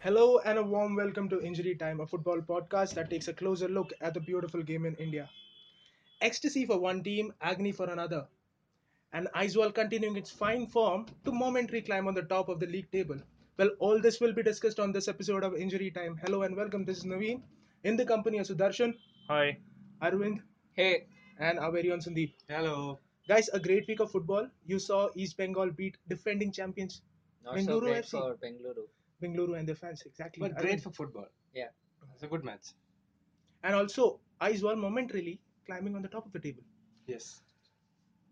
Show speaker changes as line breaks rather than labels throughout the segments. Hello and a warm welcome to Injury Time, a football podcast that takes a closer look at the beautiful game in India. Ecstasy for one team, agony for another. And Aizwal continuing its fine form to momentary climb on the top of the league table. Well, all this will be discussed on this episode of Injury Time. Hello and welcome. This is Naveen in the company of Sudarshan,
Hi.
Arvind,
Hey,
and our very own Sandeep.
hello.
Guys, a great week of football. You saw East Bengal beat defending champions
Not
Bengaluru
so great
FC.
for Bengaluru.
Bengaluru and their fans. Exactly.
But
Arvind.
great for football.
Yeah.
It's a good match.
and also, Aizwal momentarily climbing on the top of the table.
Yes.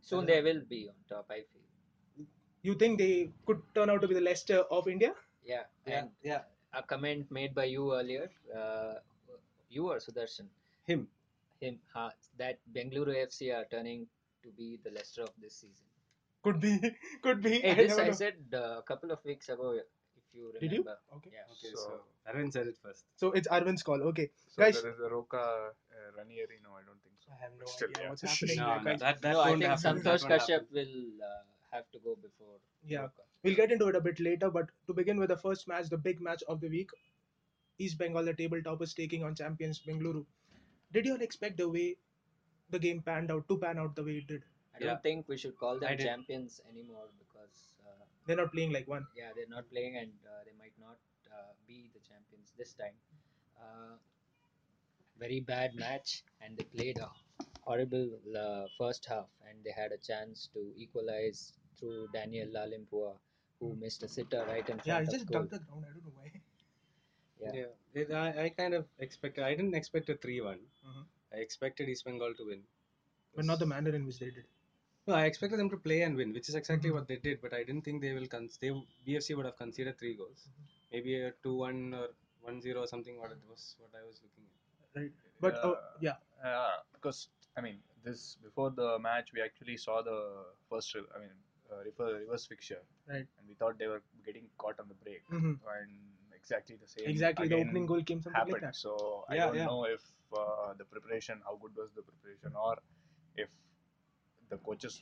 Soon they will be on top. I feel.
you think they could turn out to be the Leicester of India?
Yeah.
Yeah.
And
Yeah.
a comment made by you earlier, uh, you or Sudarshan,
Him.
him, huh, that Bengaluru FC are turning to be the Leicester of this season.
Could be, could be.
Hey,
I
this
never
I
know.
said uh, a couple of weeks ago, if you remember.
Did you? Okay.
Yeah.
Okay, so, Arvind said it first.
So it's Arvind's call. Okay,
So
Guys-
there is a Roca uh, Ranieri. No, I don't think so.
I have no
Still,
idea
yeah.
what's happening.
No,
there,
no,
guys.
that, that
no, I
won't
think
happen. that
Santosh
won't happen.
Kashyap will uh, have to go before.
Yeah.
Luka.
We'll get into it a bit later, but to begin with, the first match, the big match of the week, East Bengal, the table toppers taking on champions Bengaluru. Did you all expect the way the game panned out to pan out the way it did?
I don't
Yeah.
think we should call
I
them
did-
champions anymore because. Uh,
They're not playing like one.
yeah they're not playing and uh, they might not uh, be the champions this time uh, very bad match and they played a horrible uh, first half and they had a chance to equalize through daniel lalimpua who missed a sitter right in front
Hmm. Yeah, he
of
just
goal.
dunked the ground. I don't know why.
Yeah.
Yeah. It- I, I kind of expected, I didn't expect a 3 one
Mhm.
I expected East Bengal to win.
But not the manner in which they did.
No, I expected them to play and win, which is exactly what they did, but I didn't think they will. Con- they, BFC would have conceded three goals. Maybe a 2 1 or 1 0 or something, what it was, what I was looking at.
Right. But yeah.
Yeah.
yeah,
Uh, because I mean, this before the match, we actually saw the first. re- I mean, uh, reverse, reverse fixture,
Right.
And we thought they were getting caught on the break,
Mhm.
and exactly the same.
exactly. The
again
opening goal came something
happened.
like that.
So I
Yeah,
don't
yeah.
know if uh, the preparation, how good was the preparation, or if the coaches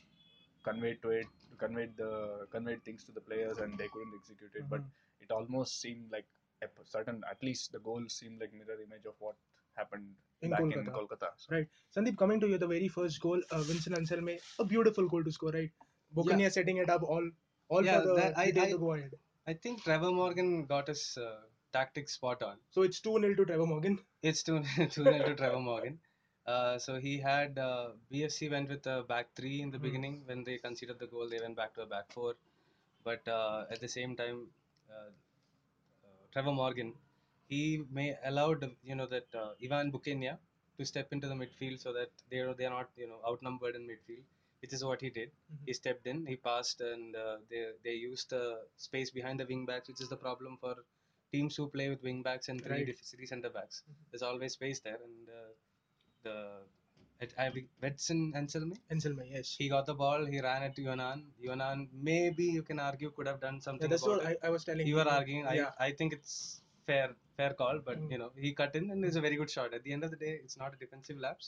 conveyed to it, conveyed the conveyed things to the players, and they couldn't execute it. But
Mhm.
it almost seemed like a p- certain at least the goal seemed like mirror image of what happened
In
back in
Kolkata.
kolkata so
Right. Sandeep, coming to you, the very first goal, uh, Vincent Anselme, a beautiful goal to score, right? Bokunia setting it up all, all
Yeah,
for the
that- I-
Indians
I-
to go ahead.
I think Trevor Morgan got his uh, tactics spot on.
So it's 2 0 to Trevor Morgan.
It's 2 2 nil to Trevor Morgan. Uh, so he had uh, BFC went with a back three in the
Mhm.
beginning. When they conceded the goal, they went back to a back four. But uh, at the same time, uh, uh, Trevor Morgan, he may allowed you know that uh, Ivan Bukenya to step into the midfield so that they are they are not you know outnumbered in midfield, which is what he did.
Mm-hmm.
He stepped in, he passed, and uh, they they used the space behind the wing backs, which is the problem for teams who play with wing backs and three,
Right. Mm-hmm.
def- three centre backs. There's always space there, and uh, the it, I think Vetson Anselme,
Anselme, yes.
he got the ball, he ran at Yonan. Yonan maybe you can argue could have done
yeah,
something.
that's
about
what
it
I, I was telling
you were arguing. I,
Yeah.
I think it's fair fair call, but
Mm.
you know he cut in and it's a very good shot. At the end of the day, it's not a defensive lapse.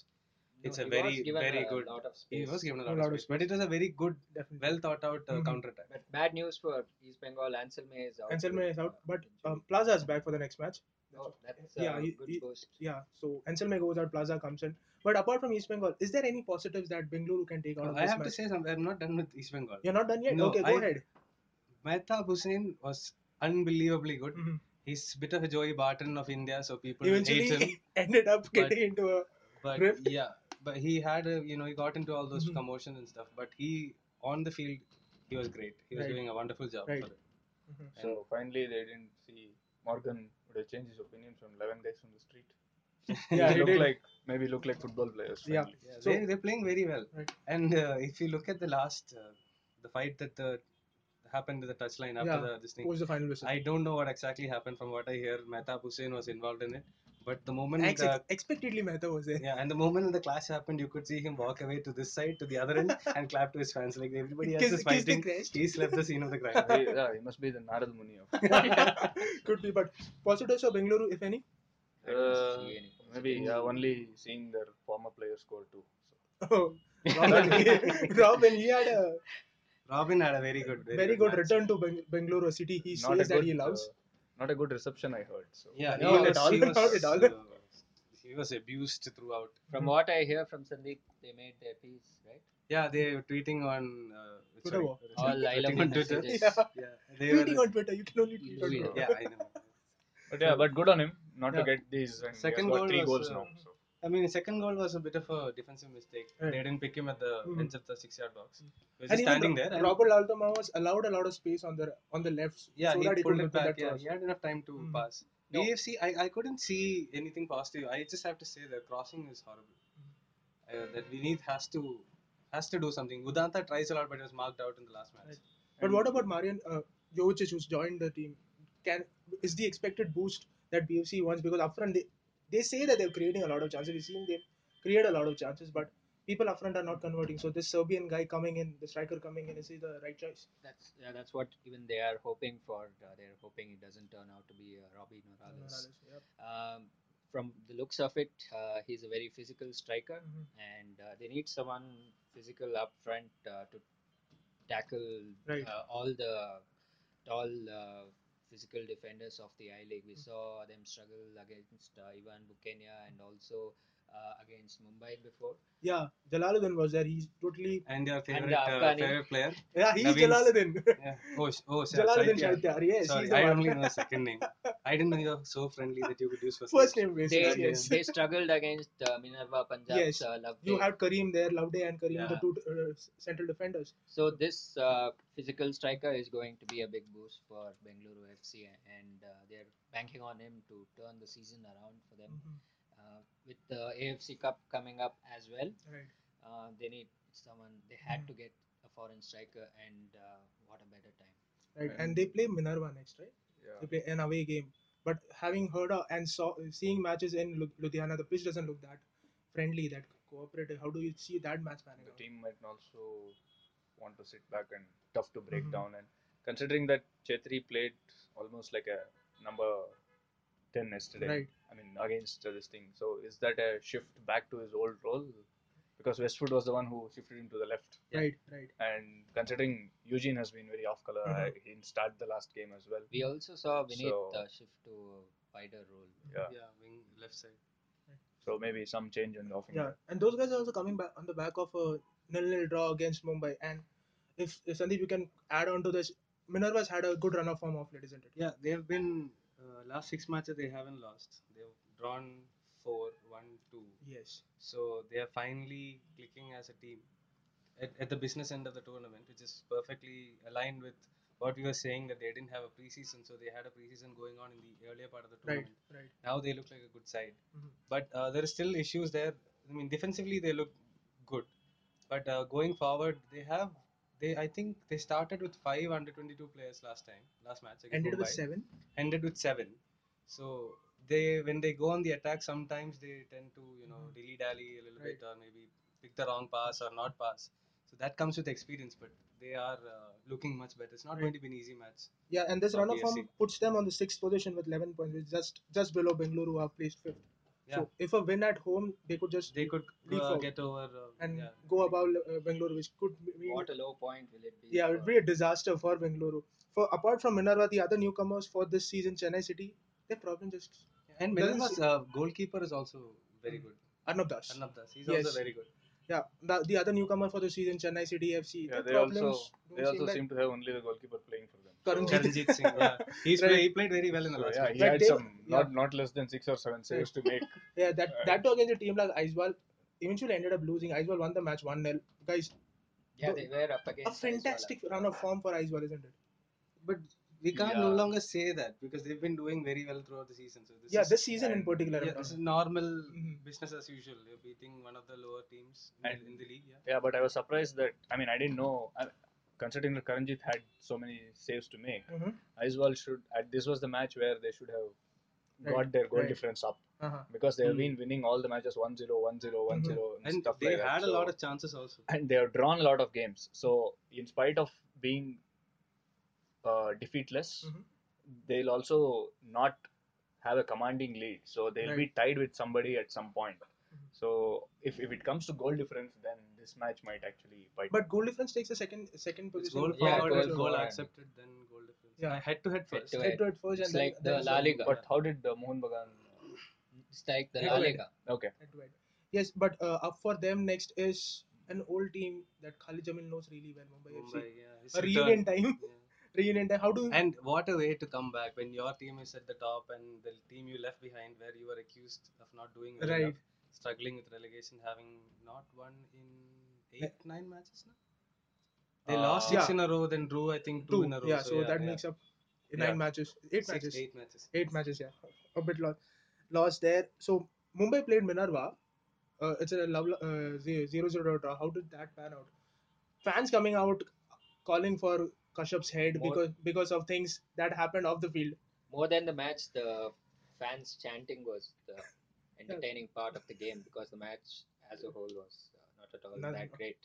No,
It's
he
a
was
very
given
very
a
good.
lot of
He
space.
was given a lot, of, space, but it was a very good,
Definitely.
well thought out uh,
Mhm.
counter attack.
but bad news for east bengal anselme is out
Anselme
with,
is out,
uh,
but
injury.
um, Plaza is back for the next match.
oh, that's
Yeah,
a
he-
good
he-
boost
Yeah, so Anselme goes out, Plaza comes in. But apart from East Bengal, is there any positives that Bengaluru can take out
Oh,
of
I
this
have
match?
to say something. I'm not done with East Bengal.
You're not done yet?
No,
okay, go
I-
ahead.
Mehtab Hussain was unbelievably good.
Mhm.
He's a bit of a Joey Barton of India, so people hate him.
Eventually, ended up getting into a.
But
Rift.
yeah, but he had a, you know he got into all those
Mhm.
commotion and stuff. But he on the field, he was great. He was
Right.
doing a wonderful job.
Right.
For it.
mm-hmm.
so finally they didn't see morgan would have changed his opinion from 11 guys from the street
Yeah, he
look
did.
like maybe look like football players.
Yeah.
frankly.
Yeah,
So-
they they're playing very well.
Right.
And uh, if you look at the last, uh, the fight that uh, happened to the touchline after
Yeah.
the, this thing,
Who's the final whistle?
I don't know what exactly happened. From what I hear, Mehtab Hussain was involved in it. But the moment,
Ex-
uh,
ex- expectedly, Mehta was there.
yeah, and the moment the clash happened, you could see him walk away to this side, to the other end, and clap to his fans like everybody else
Kiss-
is
kiss the
fighting.
crest.
He's left the scene of the crime.
He- yeah, he must be the Narad Muni
Uh,
of
Could be, but positives of Bengaluru, if any.
I don't
Uh,
see any positive.
maybe yeah, only seeing their former players score too. So,
Oh, Robin, Robin, he had a
Robin had a very good, very,
very good
match.
return to Beng- Bengaluru, a city he
not a
says that
good,
he loves.
uh, not a good reception, I heard. So
Yeah, he
No,
was,
at all,
he was,
not at all.
uh, he was abused throughout.
From what I hear from Sandeep, they made their peace, right?
Yeah, they were tweeting on uh,
Twitter
sorry,
war.
All I love
tweeting
you
on Twitter.
messages.
Yeah.
Yeah, they were,
Tweeting on Twitter, you can only tweet on
Yeah.
Twitter.
yeah, I know.
But yeah, but good on him not to
Yeah.
get these. And
Second
he has got
goal
three
was,
goals
uh,
now. So.
I mean, his second goal was a bit of a defensive mistake.
Right.
They didn't pick him at the
Mhm.
edge of the six-yard box. He was
And
just
even
standing
Ro-
there. And
Robert Altama was allowed a lot of space on the on the left,
yeah,
so
he
that he could
pulled
make
it back.
that
Yeah,
cross.
he had enough time to
Mhm.
pass.
No.
BFC, I, I couldn't see anything positive. I just have to say the crossing is horrible.
Hmm.
Uh, that Vineet has to has to do something. Udanta tries a lot, but he was marked out in the last match.
Right. But
And-
what about Marian uh, Jovicic, who's joined the team? Can is the expected boost that BFC wants? Because upfront they they say that they're creating a lot of chances. We've seen they create a lot of chances, but people upfront are not converting. So this Serbian guy coming in, the striker coming in, is he the right choice?
That's yeah, that's what even they are hoping for. Uh, they're hoping it doesn't turn out to be uh, Robbie Morales. Um, from the looks of it, uh, he's a very physical striker,
Mhm.
and uh, they need someone physical up front uh, to tackle
Right.
uh, all the tall uh, physical defenders of the I League.
Hmm.
We saw them struggle against uh, Ivan Bukenya and also uh, against Mumbai before.
Yeah, Jalaluddin was there. He's totally
And your favorite,
the
uh,
Afghani.
favorite player?
yeah. He's
Naveen's-
Jalaluddin.
Yeah. Oh, sh- oh, Shah-
Jalaluddin
Shahitya.
Shahitiyar. Yes, he's
Sorry,
the
I
one.
only know the second name. I didn't know you're so friendly that you could use first,
First name basis.
They,
yes.
they struggled against uh, Minerva Punjab's
Yes.
uh, Loveday.
You had Kareem there, Loveday and Kareem, the
Yeah.
two uh, central defenders.
So this uh, physical striker is going to be a big boost for Bengaluru FC, and uh, they're banking on him to turn the season around for them.
Mm-hmm.
Uh, with the AFC Cup coming up as well,
Right.
uh, they need someone. They had to get a foreign striker, and uh, what a better time!
Right. And they play Minerva next, right?
Yeah.
They play an away game. But having heard uh, and saw seeing matches in Lu- Ludhiana, the pitch doesn't look that friendly, that cooperative. How do you see that match panning
the
out?
team might also want to sit back and tough to break
Mm-hmm.
Mhm.
down. And considering that Chetri played almost like a number 10 yesterday,
Right.
I mean, against uh, this thing, so is that a shift back to his old role? Because Westwood was the one who shifted him to the left.
Right, right.
And considering Eugene has been very off color,
Mm-hmm.
Mhm.
he didn't start the last game as well.
We also saw Vinit
So-
uh, shift to a wider role.
Yeah.
Yeah, wing left side.
So maybe some change in the offing.
Yeah. And those guys are also coming back on the back of a nil nil draw against Mumbai. And if, if Sandeep, you can add on to this, Minerva's had a good run of form of late, isn't it?
Yeah, they've been uh, last six matches they haven't lost. They've drawn four, one, two.
Yes.
So they are finally clicking as a team at, at the business end of the tournament, which is perfectly aligned with what we were saying that they didn't have a preseason, so they had a preseason going on in the earlier part of the
Right,
tournament.
right.
Now they look like a good side.
Mhm.
But uh, there are still issues there. I mean, defensively they look good, but uh, going forward they have. They I think they started with five under twenty two players last time, last match. against
Ended with
Mumbai.
seven.
Ended with seven. So they when they go on the attack, sometimes they tend to you know dilly dally a little
Mm-hmm. Right.
bit or maybe pick the wrong pass or not pass. So that comes with experience, but they are uh, looking much better. It's not
Right.
going to be an easy match.
Yeah, and this
From
run of form
PSC.
puts them on the sixth position with 11 points, which is just just below Bengaluru, who have placed fifth.
Yeah,
So if a win at home, they could just
they could
leap
uh,
forward
get over uh,
and
yeah.
go above uh, Bengaluru, which could mean
What a low point will it be?
yeah, it
for-
would be a disaster for Bengaluru. For apart from Minerva, the other newcomers for this season, Chennai City, their problem just
And
Doesn't
Minerva's uh, goalkeeper is also
Mm.
very good.
Arnab Das.
Arnab Das, he's
Yes.
also very good.
Yeah, the, the other newcomer for the season, Chennai City FC.
Yeah,
their
they
problems
also
don't
they also
that-
seem to have only the goalkeeper playing for them.
Karanjit.
Karanjit Singh, yeah. He's
Right.
play, he played very well in the
So,
last
yeah,
match.
he
But
had
they-
some not not less than six or seven saves to make.
Yeah, that
Right.
that against a team like Aizwal eventually ended up losing. Aizwal won the match one 0 Guys,
yeah, they were up against
a fantastic
Aizawa.
run of form for Aizwal, isn't it?
But we can't no
Yeah.
longer say that because they've been doing very well throughout the season. So
yeah,
this is, Mm-hmm.
this season in
and-
particular. I'm
yeah,
talking.
this is normal
Mhm.
business as usual. You're beating one of the lower teams in,
And-
the, in the league. Yeah.
Yeah, but I was surprised that I mean I didn't know. I, considering that Karanjit had so many saves to make,
Mhm.
Aizwal should. At, this was the match where they should have
Right,
got their goal
right.
difference up
Uh-huh.
because they have
Mm.
been winning all the matches 1-0, 1-0, 1-0, and,
Mm-hmm. And
stuff
they've
like that.
had a lot
So-
of chances also.
and they have drawn a lot of games. So in spite of being uh, defeatless,
Mhm.
they'll also not have a commanding lead. So they'll be tied with somebody at some point.
Mm-hmm.
So if, if it comes to goal difference, then this match might actually bite.
But goal difference takes a second second
It's
position.
goal
Yeah,
forward,
goal
goal, goal
forward.
accepted, then goal difference.
Yeah.
Yeah, head to head first.
Head-to-head.
Head to head first
It's
and
like
then
the
then
La Liga.
but how did the Mohan Bagan?
It's like the
Yeah,
La
but-
Liga.
Okay,
head to head. Yes, but uh, up for them next is an old team that Khalid Jamil knows really well, Mumbai,
Mumbai,
FC.
yeah, it's
A
return.
reunion time.
Yeah.
Reunion time. How do you
And what a way to come back when your team is at the top and the team you left behind, where you were accused of not doing well
Right.
enough, struggling with relegation, having not won in eight, nine matches now. They lost
Uh,
six
Yeah.
in a row, then drew I think two,
two?
in a row.
yeah, so, that
yeah.
makes up
Yeah.
nine matches, eight
Six-
matches,
eight matches.
eight matches. Yeah, a bit lost, lost there. So Mumbai played Minerva. Uh, it's a love, uh, ze- zero zero draw. How did that pan out? Fans coming out calling for Kashyap's head
More-
because because of things that happened off the field.
More than the match, the fans chanting was the entertaining part of the game because the match as a whole was uh, not at all
Not-
that great.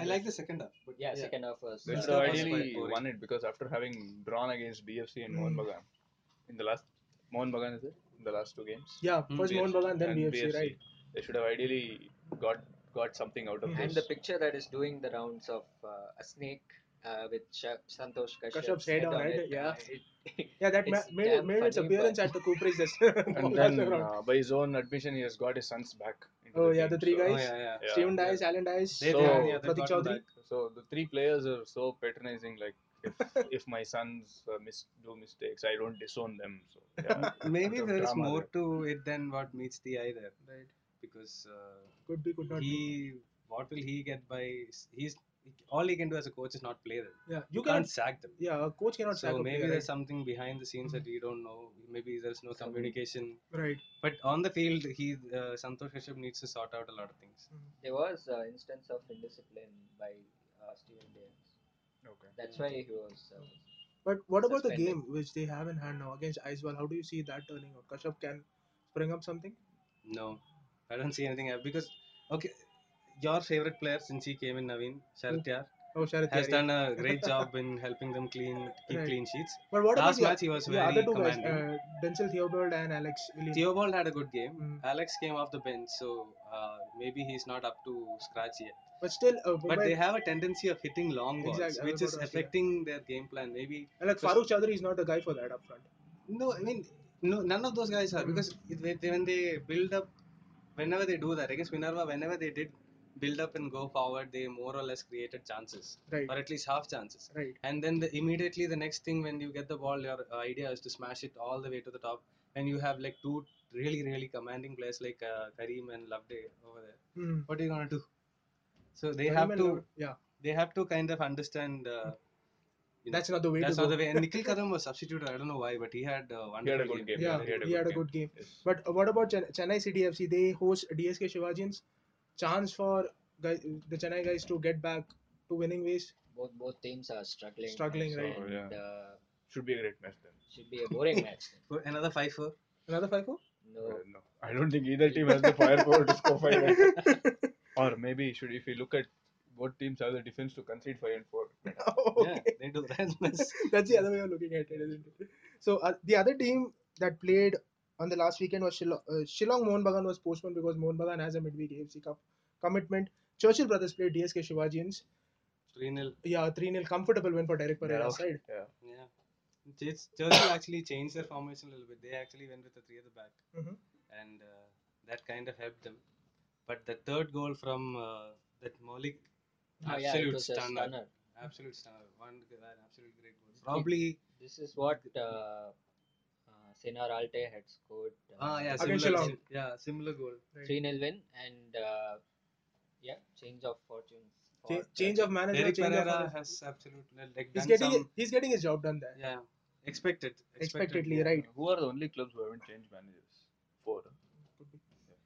I like the second half, but
Yeah, second half was. uh,
they
Yeah.
should
That
have
was
ideally
quite boring.
won it because after having drawn against BFC and Mohan
Mm.
Bagan in the last Mohan Bagan is it in the last two games?
Yeah,
Hmm,
first Mohan
BFC,
Bagan, then
and
BFC, right?
They should have ideally got got something out of
Mm.
And
this.
the picture that is doing the rounds of uh, a snake uh, with Sha- Santosh Kashyap's,
Kashyap's head on it,
it,
yeah.
uh, it-
Yeah, that ma-
It's
made,
damn
made its
funny,
appearance
but-
at the Cooperage. This
and then uh, by his own admission, he has got his sons back. into
Oh, yeah, the three
so-
Oh,
guys.
yeah, yeah.
Yeah.
Steven Dice, Alan Dice,
They,
So-
they had, yeah, they've
Pratik
gotten
Chaudhary.
back.
So the three players are so patronizing. Like if, if my sons uh, mis- do mistakes, I don't disown them. So yeah,
Maybe
bit of
there is
drama
more
there.
to it than what meets the eye there
Right.
because. Uh,
Could be, could not be.
he what will he get by he's all he can do as a coach is not play them.
Yeah,
You,
you
can't
can't.
sack them.
Yeah, a coach cannot sack
So
a
maybe
player, Mm-hmm.
there's something behind the scenes that we don't know. Maybe there's no communication.
right? right.
But on the field, he uh, Santosh Kashyap needs to sort out a lot of things.
There was an instance of indiscipline by uh, Steven Diaz.
Okay.
That's why he was. Uh,
But what about the
Suspended.
game which they have in hand now against Aizwal? How do you see that turning out? Kashyap can spring up something.
No, I don't see anything else because okay, your favorite player since he came in, Naveen Sharatyar
Oh, Sharad
has
Yadav.
done a great job in helping them clean keep
Right.
clean sheets.
But what about
Last
the,
match he was
the other
very
two guys,
commanding.
uh, Denzel Theobald and Alex Williams?
Theobald had a good game.
Mm.
Alex came off the bench, so uh, maybe he's not up to scratch yet.
But still, uh,
But
Mumbai-
they have a tendency of hitting long balls,
Exactly, I was
which is
about to ask you that.
affecting their game plan. Maybe
and like Farooq Chaudhary is not the guy for that up front.
no, I mean no, none of those guys are because it- they- they- when they build up, whenever they do that against Minerva, whenever they did build up and go forward, they more or less created chances,
Right.
or at least half chances.
Right.
And then the, immediately the next thing when you get the ball, your uh, idea is to smash it all the way to the top. And you have like two really really commanding players like uh, Kareem and Loveday over there.
Mm.
What are you gonna do? So they
Karim
have
and
to
Lord- Yeah,
they have to kind of understand. Uh, you know,
that's not the way
that's
to
not
go.
the way. And Nikhil Karam was substituted. I don't know why, but he had uh, one.
He had a good game.
Yeah,
he had a
he
good
had a
game.
good game.
Yes.
But uh, what about Chen- Chennai CDFC? They host DSK Shivajians. Chance for guy- the Chennai guys to get back to winning ways.
both both teams are struggling.
Struggling,
and
right.
So, yeah.
uh,
Should be a great match then.
should be a boring match. then.
Another five four.
Another 5 4?
No, Oh,
Uh, no, I don't think either team has the firepower to score five. runs. or maybe should if you look at what teams have the defense to concede five and four.
Yeah, they do. That's, that's
That's the other way of looking at it, isn't it? So uh, the other team that played on the last weekend was Shillong. Uh, Shillong Mohan Bagan was postponed because Mohan Bagan has a midweek AFC Cup commitment. Churchill Brothers played DSK Shivajians.
three 0
Yeah, 3 0 comfortable win for Derek Pereira's
They're out.
side.
Yeah.
Yeah. Ch- Churchill actually changed their formation a little bit. They actually went with the three at the back,
Mhm.
and uh, that kind of helped them. But the third goal from uh, that Maulik,
Oh, yeah, it
absolute
was a
stunner.
stunner.
absolute stunner, one g- an absolute great goal. Probably,
This is what uh, uh, Senar Alte had scored. uh,
ah yeah,
Against
similar,
Shillong.
sim- yeah, similar goal.
three 0 win and uh, yeah, change of fortune.
Cha- change of manager,
Derek
change of
Pereira
manager.
has absolute like
He's
done
getting
some,
he's getting his job done there.
yeah, Expected.
Expectedly, right.
Who are the only clubs who haven't changed managers? Four. huh?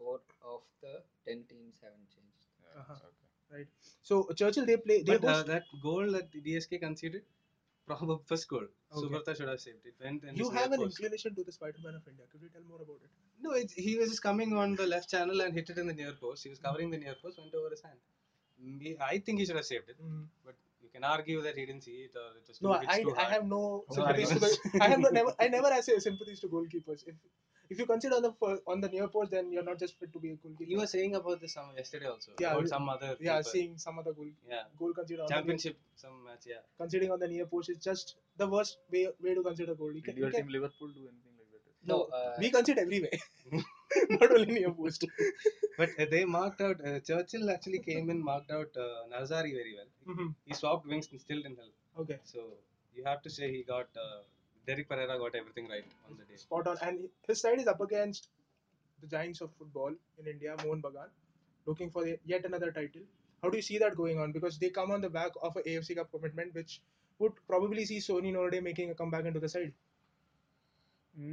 Four of the ten teams haven't changed.
Yeah,
Uh-huh.
okay.
Right. So Churchill, they play. They
But uh,
host.
that goal that DSK conceded, probably first goal.
Okay.
Subrata should have saved it. Went and
you
his near
have an
post.
inclination to the Spider-Man of India. Could you tell more about it?
No, it's, he was just coming on the left channel and hit it in the near post. He was covering the near post, went over his hand. May- I think he should have saved it, but you can argue that he didn't see it or it was too,
No,
it's
I,
too
I
hard.
have no
No
sympathies to the,
arguments.
I have no, never I never have sympathies to goalkeepers. If if you consider on the fir- on the near post, then you're not just fit to be a goalkeeper.
You were saying about this some yesterday also.
Yeah,
about
we-
some other.
yeah,
keeper.
seeing some other goal
Yeah,
goal considered on the near,
championship some match. Yeah,
considering on the near post is just the worst way way to consider goal. You
Did
can,
your
you
team
can,
Liverpool do anything like that?
No,
No,
uh,
we consider everywhere, not only near post.
but uh, they marked out. Uh, Churchill actually came in, marked out uh, Nazari very well.
Mhm.
He swapped wings and still didn't help.
Okay,
So you have to say he got uh, Derek Pereira got everything right on the day.
spot on. And his side is up against the giants of football in India, Mohan Bagan, looking for yet another title. How do you see that going on? Because they come on the back of a AFC Cup commitment, which would probably see Sony Norday making a comeback into the side.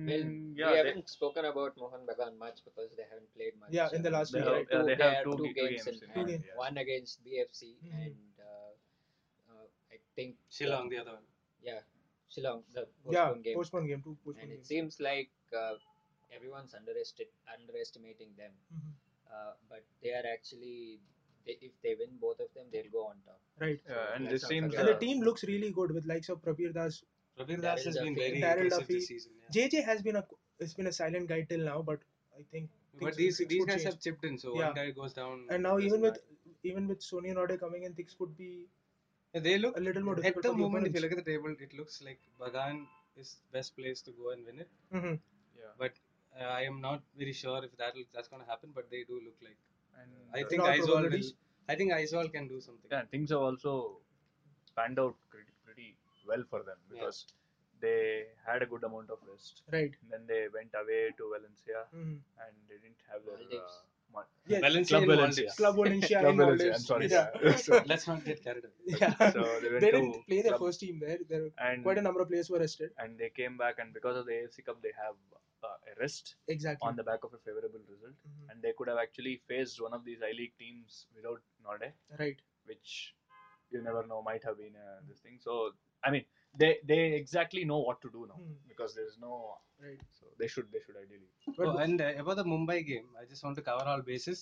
well,
Mm,
we
yeah, they,
haven't spoken about Mohan Bagan much because they haven't played much.
Yeah, in the
Uh,
last
they
week,
have,
right?
yeah, they
there
have
are
two,
two
big
games in hand.
hand.
yeah.
One against BFC
Mhm.
and uh, uh, I think
Shillong, the other one.
yeah, Shillong the
yeah,
postponed game.
postponed game, two postponed
and it
games.
seems like uh, everyone's underestimate, underestimating them.
Mhm.
Uh, but they are actually, they, if they win both of them, they'll go on top.
Right.
Yeah, and
Let's
this
not
seems.
forget
And the
uh,
team looks really good with likes of Prabir Das.
Prabir Das
Daryl
has been
Duffy.
very
Daryl
impressive
Duffy.
this season. Yeah.
JJ has been a has been a silent guy till now, but I think
But
things-
these
things
these
could
guys
change.
have chipped in, so
Yeah.
one guy goes down.
and now
doesn't
even with
matter.
even with Sony Norday coming in, things could be
Yeah, they look
a little more
at
difficult.
the
for the
moment. If you look at the table, it looks like Bagan is best place to go and win it.
hmm
yeah.
But uh, I am not very sure if that will that's gonna happen. But they do look like
And
I
uh,
think
lot of
Aizwal will.
probabilities.
I think Aizwal can do something.
yeah, things have also panned out pretty, pretty well for them
Yeah.
because they had a good amount of rest.
Right.
And then they went away to Valencia
hmm
and they didn't have their
Maldives.
uh, ma-
Yes.
Valencia
Club
and
Valencia.
Maldives.
Club Valencia
Club
in
Valencia. I'm
Maldives.
sorry.
Yeah.
Yeah. So-
Let's not get carried away.
yeah.
so they went
they
to
didn't play their
club
first team there. There were
and
quite a number of players were rested.
and they came back and because of the AFC Cup they have uh, a rest
Exactly.
on the back of a favorable result
Mhm.
and they could have actually faced one of these I League teams without Norde
Right.
which you never know might have been uh, this thing so I mean they they exactly know what to do now
Mhm.
because there's no
Right.
so they should they should ideally
But
Oh, and uh, about the Mumbai game, I just want to cover all bases.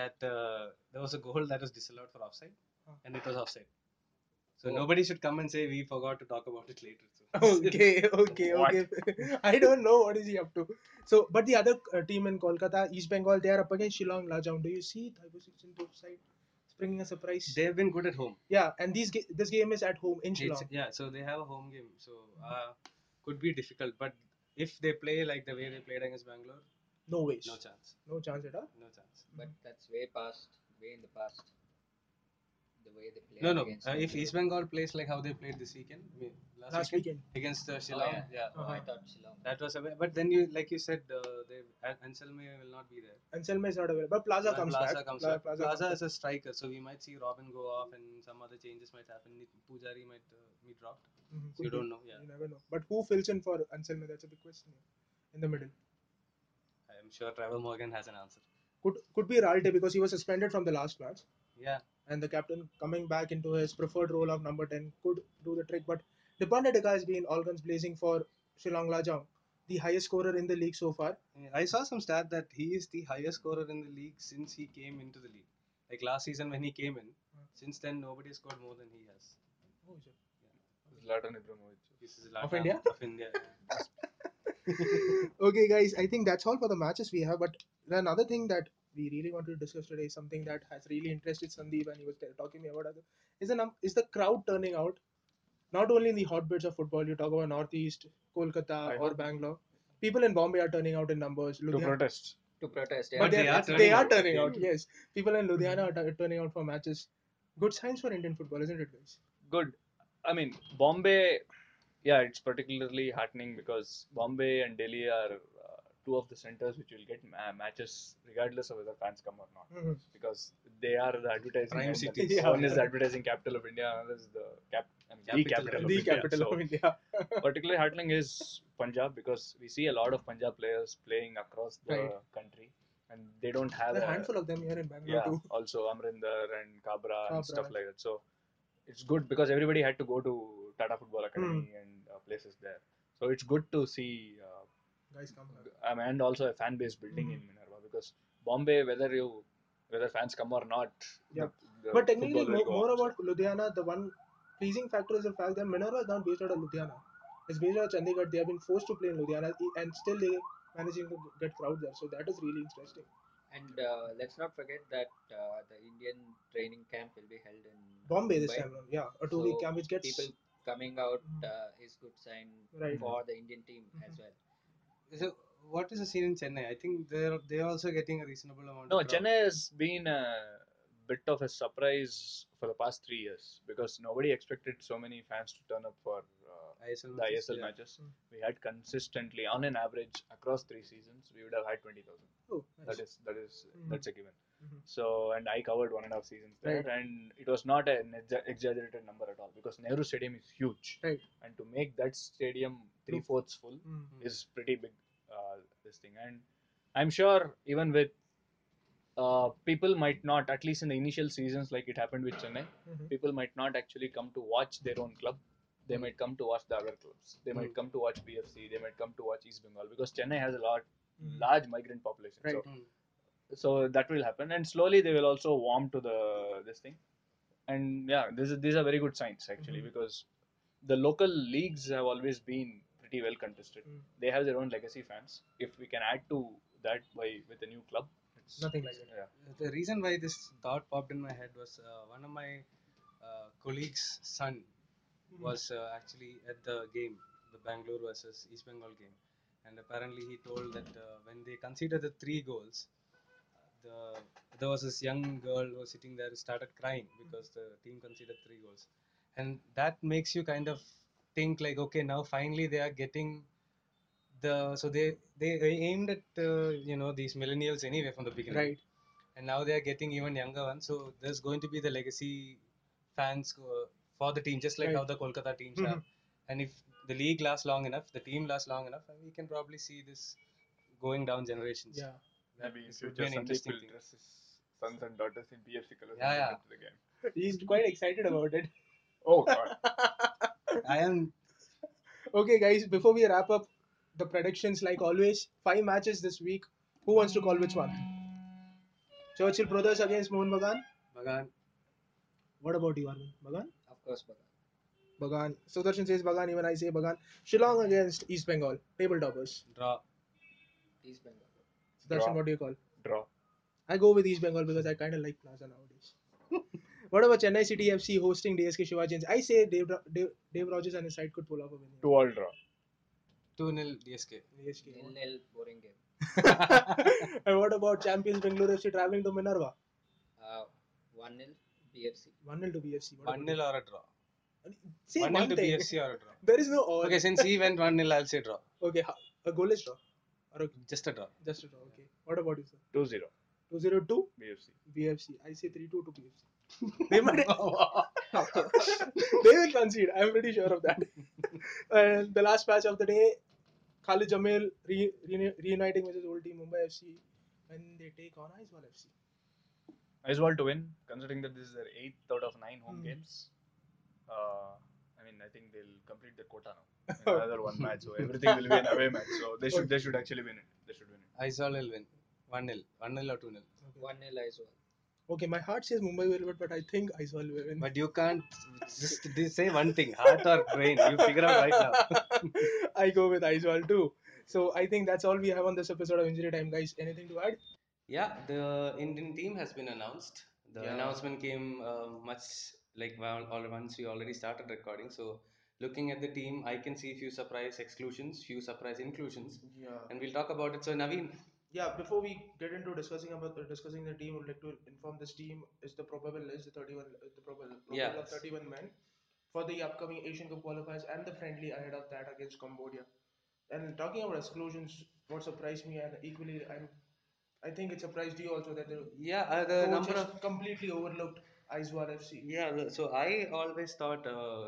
That uh, there was a goal that was disallowed for offside,
Huh.
and it was offside. So
Oh.
nobody should come and say we forgot to talk about it later. So.
okay, okay,
What?
okay. I don't know what is he up to. So, but the other uh, team in Kolkata, East Bengal, they are up against Shillong Lajong. Do you see Thaibo Six in top side? It's bringing a surprise.
They've been good at home.
yeah, and these ga- this game is at home in
It's,
Shillong.
yeah, so they have a home game, so uh, could be difficult. But if they play like the way they played against Bangalore,
No ways.
no chance,
No chance at all.
no chance.
Mm-hmm.
But that's way past, way in the past. The way they play.
No, no. Uh, if East Bengal plays like how they played this weekend, I mean, last,
Last weekend.
against uh, Shillong,
yeah.
yeah,
Oh, I
Uh-huh.
thought Shillong.
that was a way. But then you, like you said, uh, they An- Anselme will not be there.
Anselme is not available. But Plaza
When
comes
Plaza
back.
Comes
Pla-
back. Plaza,
comes
is a striker, so we might see Robin go off, and some other changes might happen. Nit- Pujari might uh, be dropped.
back. Mhm,
So you
could be.
don't know. Yeah,
You never know. But who fills in for Anselme? That's a big question. In the middle,
I'm sure Trevor Morgan has an answer.
could could be Ralte because he was suspended from the last match,
Yeah,
and the captain coming back into his preferred role of number ten could do the trick. But Dipanda Deka has been all guns blazing for Shillong Lajong, the highest scorer in the league so far.
I saw some stat that he is the highest scorer in the league since he came into the league. Like last season when he came in, since then nobody has scored more than he has.
Zlatan Ibrahimovic
This is Zlatan
Of India?
Of India.
okay, guys, I think that's all for the matches we have. But another thing that we really want to discuss today is something that has really interested Sandeep, and he was t- talking to me about other, is the num- is the crowd turning out. Not only in the hotbeds of football, you talk about Northeast, Kolkata,
I
or
know.
Bangalore. People in Bombay are turning out in numbers.
to
Ludhiana,
protest
To protest, yeah.
but
But
they,
they
are,
are
they
turning
are
out.
turning
They-
out. Yes, people in Ludhiana are tu- turning out for matches. Good signs for Indian football, isn't it, guys?
good. I mean, Bombay, yeah, it's particularly heartening because Bombay and Delhi are uh, two of the centers which will get ma- matches regardless of whether fans come or not
Mhm.
because they are the advertising
Prime
and the-
cities.
One is the advertising capital of India, another is the cap. I The capital of
the
India,
capital
so-
of India.
particularly heartening is Punjab because we see a lot of Punjab players playing across the
Right.
country, and they don't have
There are a
a-
handful of them here in Bangalore
yeah,
too.
also Amrinder and Kabra and stuff
Kabra.
like that. So it's good because everybody had to go to Tata Football
Hmm.
Academy and uh, places there. So it's good to see, uh,
Guys, come here.
um, and also a fan base building in
Mm.
Minerva because Bombay, whether you whether fans come or not,
Yeah.
the, the
But technically,
football
mo-
will go
more
on. So
about Ludhiana, the one pleasing factor is the fact that Minerva is not based out of Ludhiana. It's based out of Chandigarh. They have been forced to play in Ludhiana e- and still they managing to get crowd there. So that is really interesting.
And uh, let's not forget that uh, the Indian training camp will be held in
Bombay this
Mumbai.
time around. Yeah, a two-week
So
camp which gets
People coming out
Mhm.
uh, is good sign
Right. Mm-hmm.
for the Indian team as well.
So, what is the scene in Chennai? I think they're they're also getting a reasonable amount. of
No,
crowd.
Chennai has been a bit of a surprise for the past three years because nobody expected so many fans to turn up for uh,
ISL
the
matches,
ISL
yeah.
matches.
Mm.
We had consistently, on an average, across three seasons, we would have had twenty thousand.
Oh, nice.
That is that is-
Mhm.
that's a given.
Mhm.
So and I covered one and a half seasons there, and it was not an exa- exaggerated number at all because Nehru Stadium is huge,
Right.
and to make that stadium three fourths full
Mm.
is pretty big uh, this thing and i'm sure even with uh, people might not at least in the initial seasons like it happened with chennai
Mhm.
people might not actually come to watch their own club they might come to watch the other clubs they might come to watch bfc they might come to watch east bengal because chennai has a lot
Mhm.
large migrant population so,
Right.
Mm.
so that will happen and slowly they will also warm to the this thing and yeah this is, these are very good signs actually
Mhm.
because the local leagues have always been pretty well contested
Mm.
they have their own legacy fans. If we can add to that by with a new club, it's
Nothing like
Yeah.
The reason why this thought popped in my head was uh, one of my uh, colleagues' son
Mm-hmm.
was uh, actually at the game, the Bangalore versus East Bengal game, and apparently he told that uh, when they conceded the three goals, the there was this young girl who was sitting there who started crying because the team conceded three goals, and that makes you kind of think like, okay, now finally they are getting the so they they aimed at uh, you know these millennials anyway from the beginning
Right.
and now they are getting even younger ones. So there's going to be the legacy fans uh, for the team, just like
Right.
how the Kolkata teams
Mhm.
have. And if the league lasts long enough, the team lasts long enough, and we can probably see this going down generations.
Yeah.
That
Maybe in
this would
future,
be an
Sandeep
interesting
will
thing.
dress his sons and daughters in PFC colors
Yeah,
and
yeah.
come to the game.
He's quite excited about it.
Oh God!
I am
Okay, guys, before we wrap up the predictions, like always, five matches this week. Who wants to call which one? Churchill Brothers against Mohan Bagan.
Bagan.
What about you, Arvind? Bagan?
Of course, Bhagat.
Bagan. Sudarshan says Bagan, even I say Bagan. Shillong against East Bengal. Table toppers.
Draw.
East Bengal.
Sudarshan,
Draw.
what do you call?
Draw.
I go with East Bengal because I kind of like Plaza nowadays. what about Chennai City FC hosting DSK Shivajans? I say Dave, Dave, Dave Rogers and his side could pull off a win.
Two all draw.
2 0 DSK.
DSK.
Nil nil boring game.
and what about champions Bengaluru FC traveling to Minerva?
Uh, one nil BFC.
1 0 to BFC. What
1
about
0 or a draw.
you? Say
1
one
0 to
thing.
BFC or a draw.
There is no all.
Okay,
Okay,
since he went 1 0, I'll say draw.
ho- a goalless draw. Or a,
Just a draw.
just a draw. Okay. What about you, sir?
Two zero.
2 0 to
BFC.
BFC. I say 3 2 to BFC. they might. they will concede. I'm pretty sure of that. and the last match of the day, Khalid Jamil re- reuni- reuniting with his old team, Mumbai FC, when they take on Aizwal FC.
I just want to win, considering that this is their eighth out of nine home
Hmm.
Mm.
games. Uh, I mean, I think they'll complete their quota now. In Another one match, so everything will be an away match. So they should they should actually win it. They should win it.
Aizal will win. 1 0. 1 0 or 2 0.
One nil as well.
Okay, my heart says Mumbai will win, but I think Aizwal will win.
But you can't just d- say one thing, heart or brain. You figure out right now.
I go with Aizwal too. So I think that's all we have on this episode of Injury Time, guys. Anything to add?
Yeah, the Indian team has been announced. The
Yeah.
announcement came uh, much like well, all once we already started recording. So looking at the team, I can see few surprise exclusions, few surprise inclusions,
Yeah.
and we'll talk about it. So Naveen,
Yeah, before we get into discussing about uh, discussing the team, I would like to inform this team is the probable is the 31 uh, the probable, probable
Yeah.
of 31 men for the upcoming Asian Cup qualifiers and the friendly ahead of that against Cambodia. And talking about exclusions, what surprised me and equally I'm I think it surprised you also that the
yeah, uh, the
coach
number
has
of
completely overlooked Aizwal FC.
yeah. the- So I always thought uh,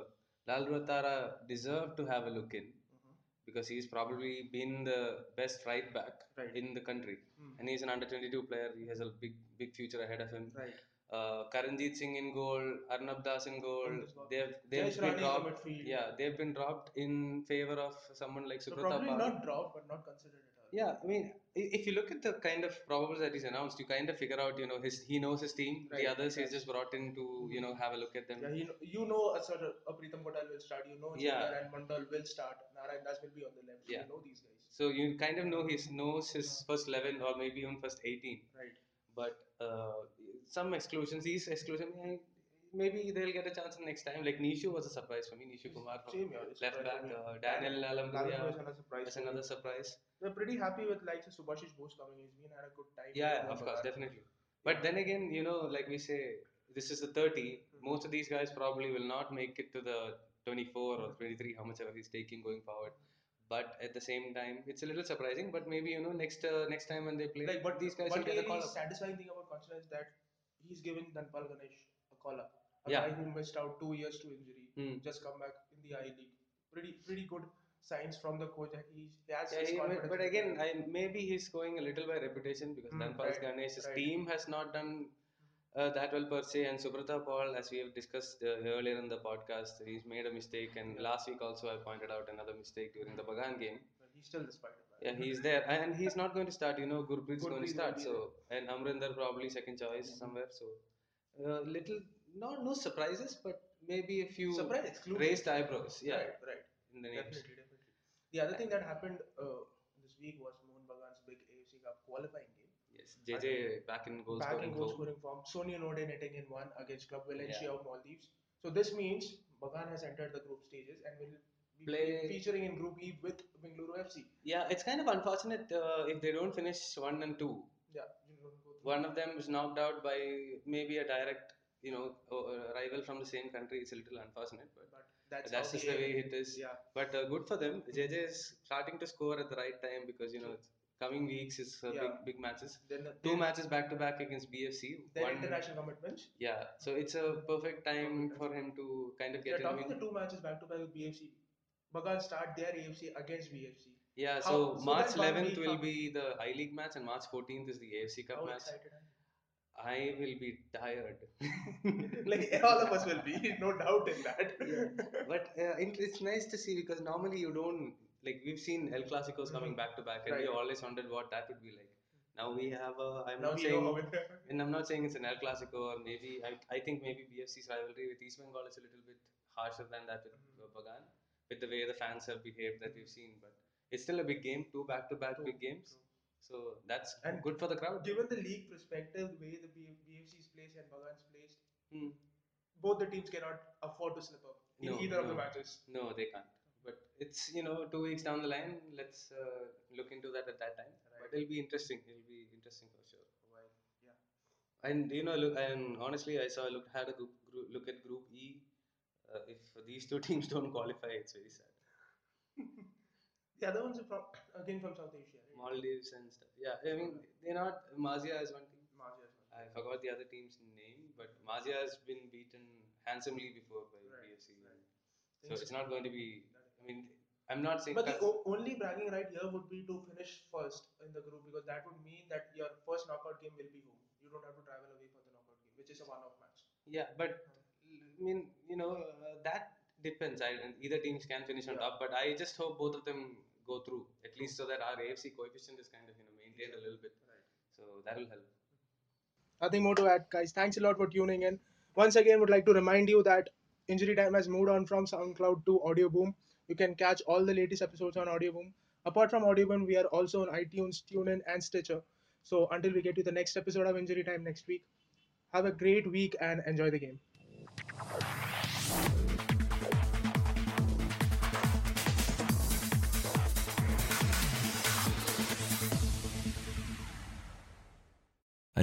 Lal Rotara deserved to have a look in
Mm-hmm.
because he's probably been the best right back
Right.
in the country.
Mm.
And he's an under 22 player. He has a big, big future ahead of him.
Right.
Uh, Karanjit Singh in goal, Arnab Das in goal.
Arnab Das.
They've they've
Jayesh Rani
been
in the
dropped.
midfield.
Yeah, they've been dropped in favor of someone like
So
Subrata
probably
Pal.
not drop, but not considered at all.
Yeah, I mean, i- if you look at the kind of probables that he's announced, you kind of figure out, you know, his he knows his team.
Right,
The others he's
yes.
just brought in to, you know, have a look at them.
Yeah, you know, you know a certain a Pritham Kotal will start. You know
Yeah.
Chandler and Mandal will start. Narayan Das will be on the left.
Yeah.
You know these guys,
So you kind of know he knows his first 11 or maybe even first 18.
right?
But uh, some exclusions, these exclusions, eh, maybe they'll get a chance next time. Like Nishu was a surprise for me. Nishu Kumar from
Same here. it's
left back.
surprising.
Uh, Daniel
Lalambuya is
Alambuya
another surprise.
was another surprise.
We're pretty happy with like Subhashish Bose coming. He's been had a good time.
Yeah,
He's
of
been
course,
back.
definitely. But then again, you know, like we say, this is the 30.
Mm-hmm.
Most of these guys probably will not make it to the 24
Mm-hmm.
or 23, how much ever he's taking going forward. But at the same time, it's a little surprising. But maybe you know, next uh, next time when they play,
Like, but
these guys
one
will get a
really
call up.
satisfying thing about Conchana is that he's given Dhanpal Ganesh a call up. A
Yeah.
guy who missed out two years to injury,
Hmm.
just come back in the I League. Pretty, pretty good signs from the coach. that He, he has
Yeah,
his
he-
confidence.
but again, I, maybe he's going a little by reputation because
Hmm,
Dhanpal
right,
Ganesh's
right.
team has not done uh, that well per se. And Subrata Paul, as we have discussed uh, earlier in the podcast, he's made a mistake. And last week also, I pointed out another mistake during the Bagan game.
But he's still the spider.
Yeah, he's there, and he's not going to start. You know, Gurpreet's going to
Gurpreet
start.
will be
So, and Amrinder probably second choice somewhere. So, uh, little no no surprises, but maybe a few
Surprise exclusion.
raised eyebrows. Yeah,
Right, right.
in the names.
Definitely, definitely. The other thing that happened uh, this week was Mohan Bagan's big AFC Cup qualifying game.
Yes, JJ back in goal
back in
scoring
goal
form.
scoring form. Sonia Node netting in one against Club Valencia
Yeah.
of Maldives. So this means Bagan has entered the group stages and will be
Play-
featuring in Group E with Bengaluru FC.
Yeah, it's kind of unfortunate uh, if they don't finish one and two.
Yeah, you know, go through.
One of them is knocked out by maybe a direct, you know, uh, rival from the same country. It's a little unfortunate, but.
but that's,
That's
how
just the
A-
way it is.
Yeah,
But uh, good for them. JJ is starting to score at the right time because you know it's coming weeks is uh,
Yeah.
big big matches.
then
Two matches back to back against BFC.
Their
One-
international commitments.
yeah, so it's a perfect time for him to kind of
They're
get in.
talking the two matches back to back with BFC. Bagan start their AFC against BFC.
Yeah,
How-
so,
so
March
that one
11th
week
will
of-
be the I League match and March 14th is the AFC Cup
How
match.
excited are
I will be tired.
you? Like all of us will be, no doubt in that.
but uh, it, it's nice to see because normally you don't like we've seen El Clasicos coming back to back, and we
Mm-hmm. Right.
always wondered what that would be like. Now we have a. I'm
Now
not
we know how
saying,
it-
and I'm not saying it's an El Clasico or maybe I, I think maybe BFC's rivalry with East Bengal is a little bit harsher than that with
Mm-hmm.
uh, Bagan, with the way the fans have behaved that we've seen. But it's still a big game, two back to back
True,
big games.
true.
So that's
And
good for the crowd.
Given the league perspective, the way the B- BFC's placed and Bagan's placed,
Hmm.
both the teams cannot afford to slip up in
No,
either of the
no.
matches.
No, they can't. But it's you know two weeks down the line. Let's uh, look into that at that time. But it'll be interesting. It'll be interesting for sure. And you know, look, and honestly, I saw look had a group, group, look at Group E. Uh, if these two teams don't qualify, it's very sad.
The other ones are from again from South Asia. Right?
Maldives and stuff. Yeah, I mean they're not. Mazia is one team.
Malaysia as well.
I forgot the other team's name, but Mazia has been beaten handsomely before by
Right,
BFC.
right.
So it's not going to be. I mean, I'm not saying.
But the
Kaz-
o- only bragging right here would be to finish first in the group because that would mean that your first knockout game will be home. You don't have to travel away for the knockout game, which is a one-off match.
Yeah, but I mean, you know, uh, that depends. I, and either teams can finish on
Yeah.
top, but I just hope both of them go through at least so that our AFC coefficient is kind of you know maintained a little bit. So that will help.
Nothing more to add, guys. Thanks a lot for tuning in. Once again, would like to remind you that Injury Time has moved on from SoundCloud to Audio Boom. You can catch all the latest episodes on Audio Boom. Apart from Audio Boom, we are also on iTunes, TuneIn, and Stitcher. So until we get to the next episode of Injury Time next week, have a great week and enjoy the game.
A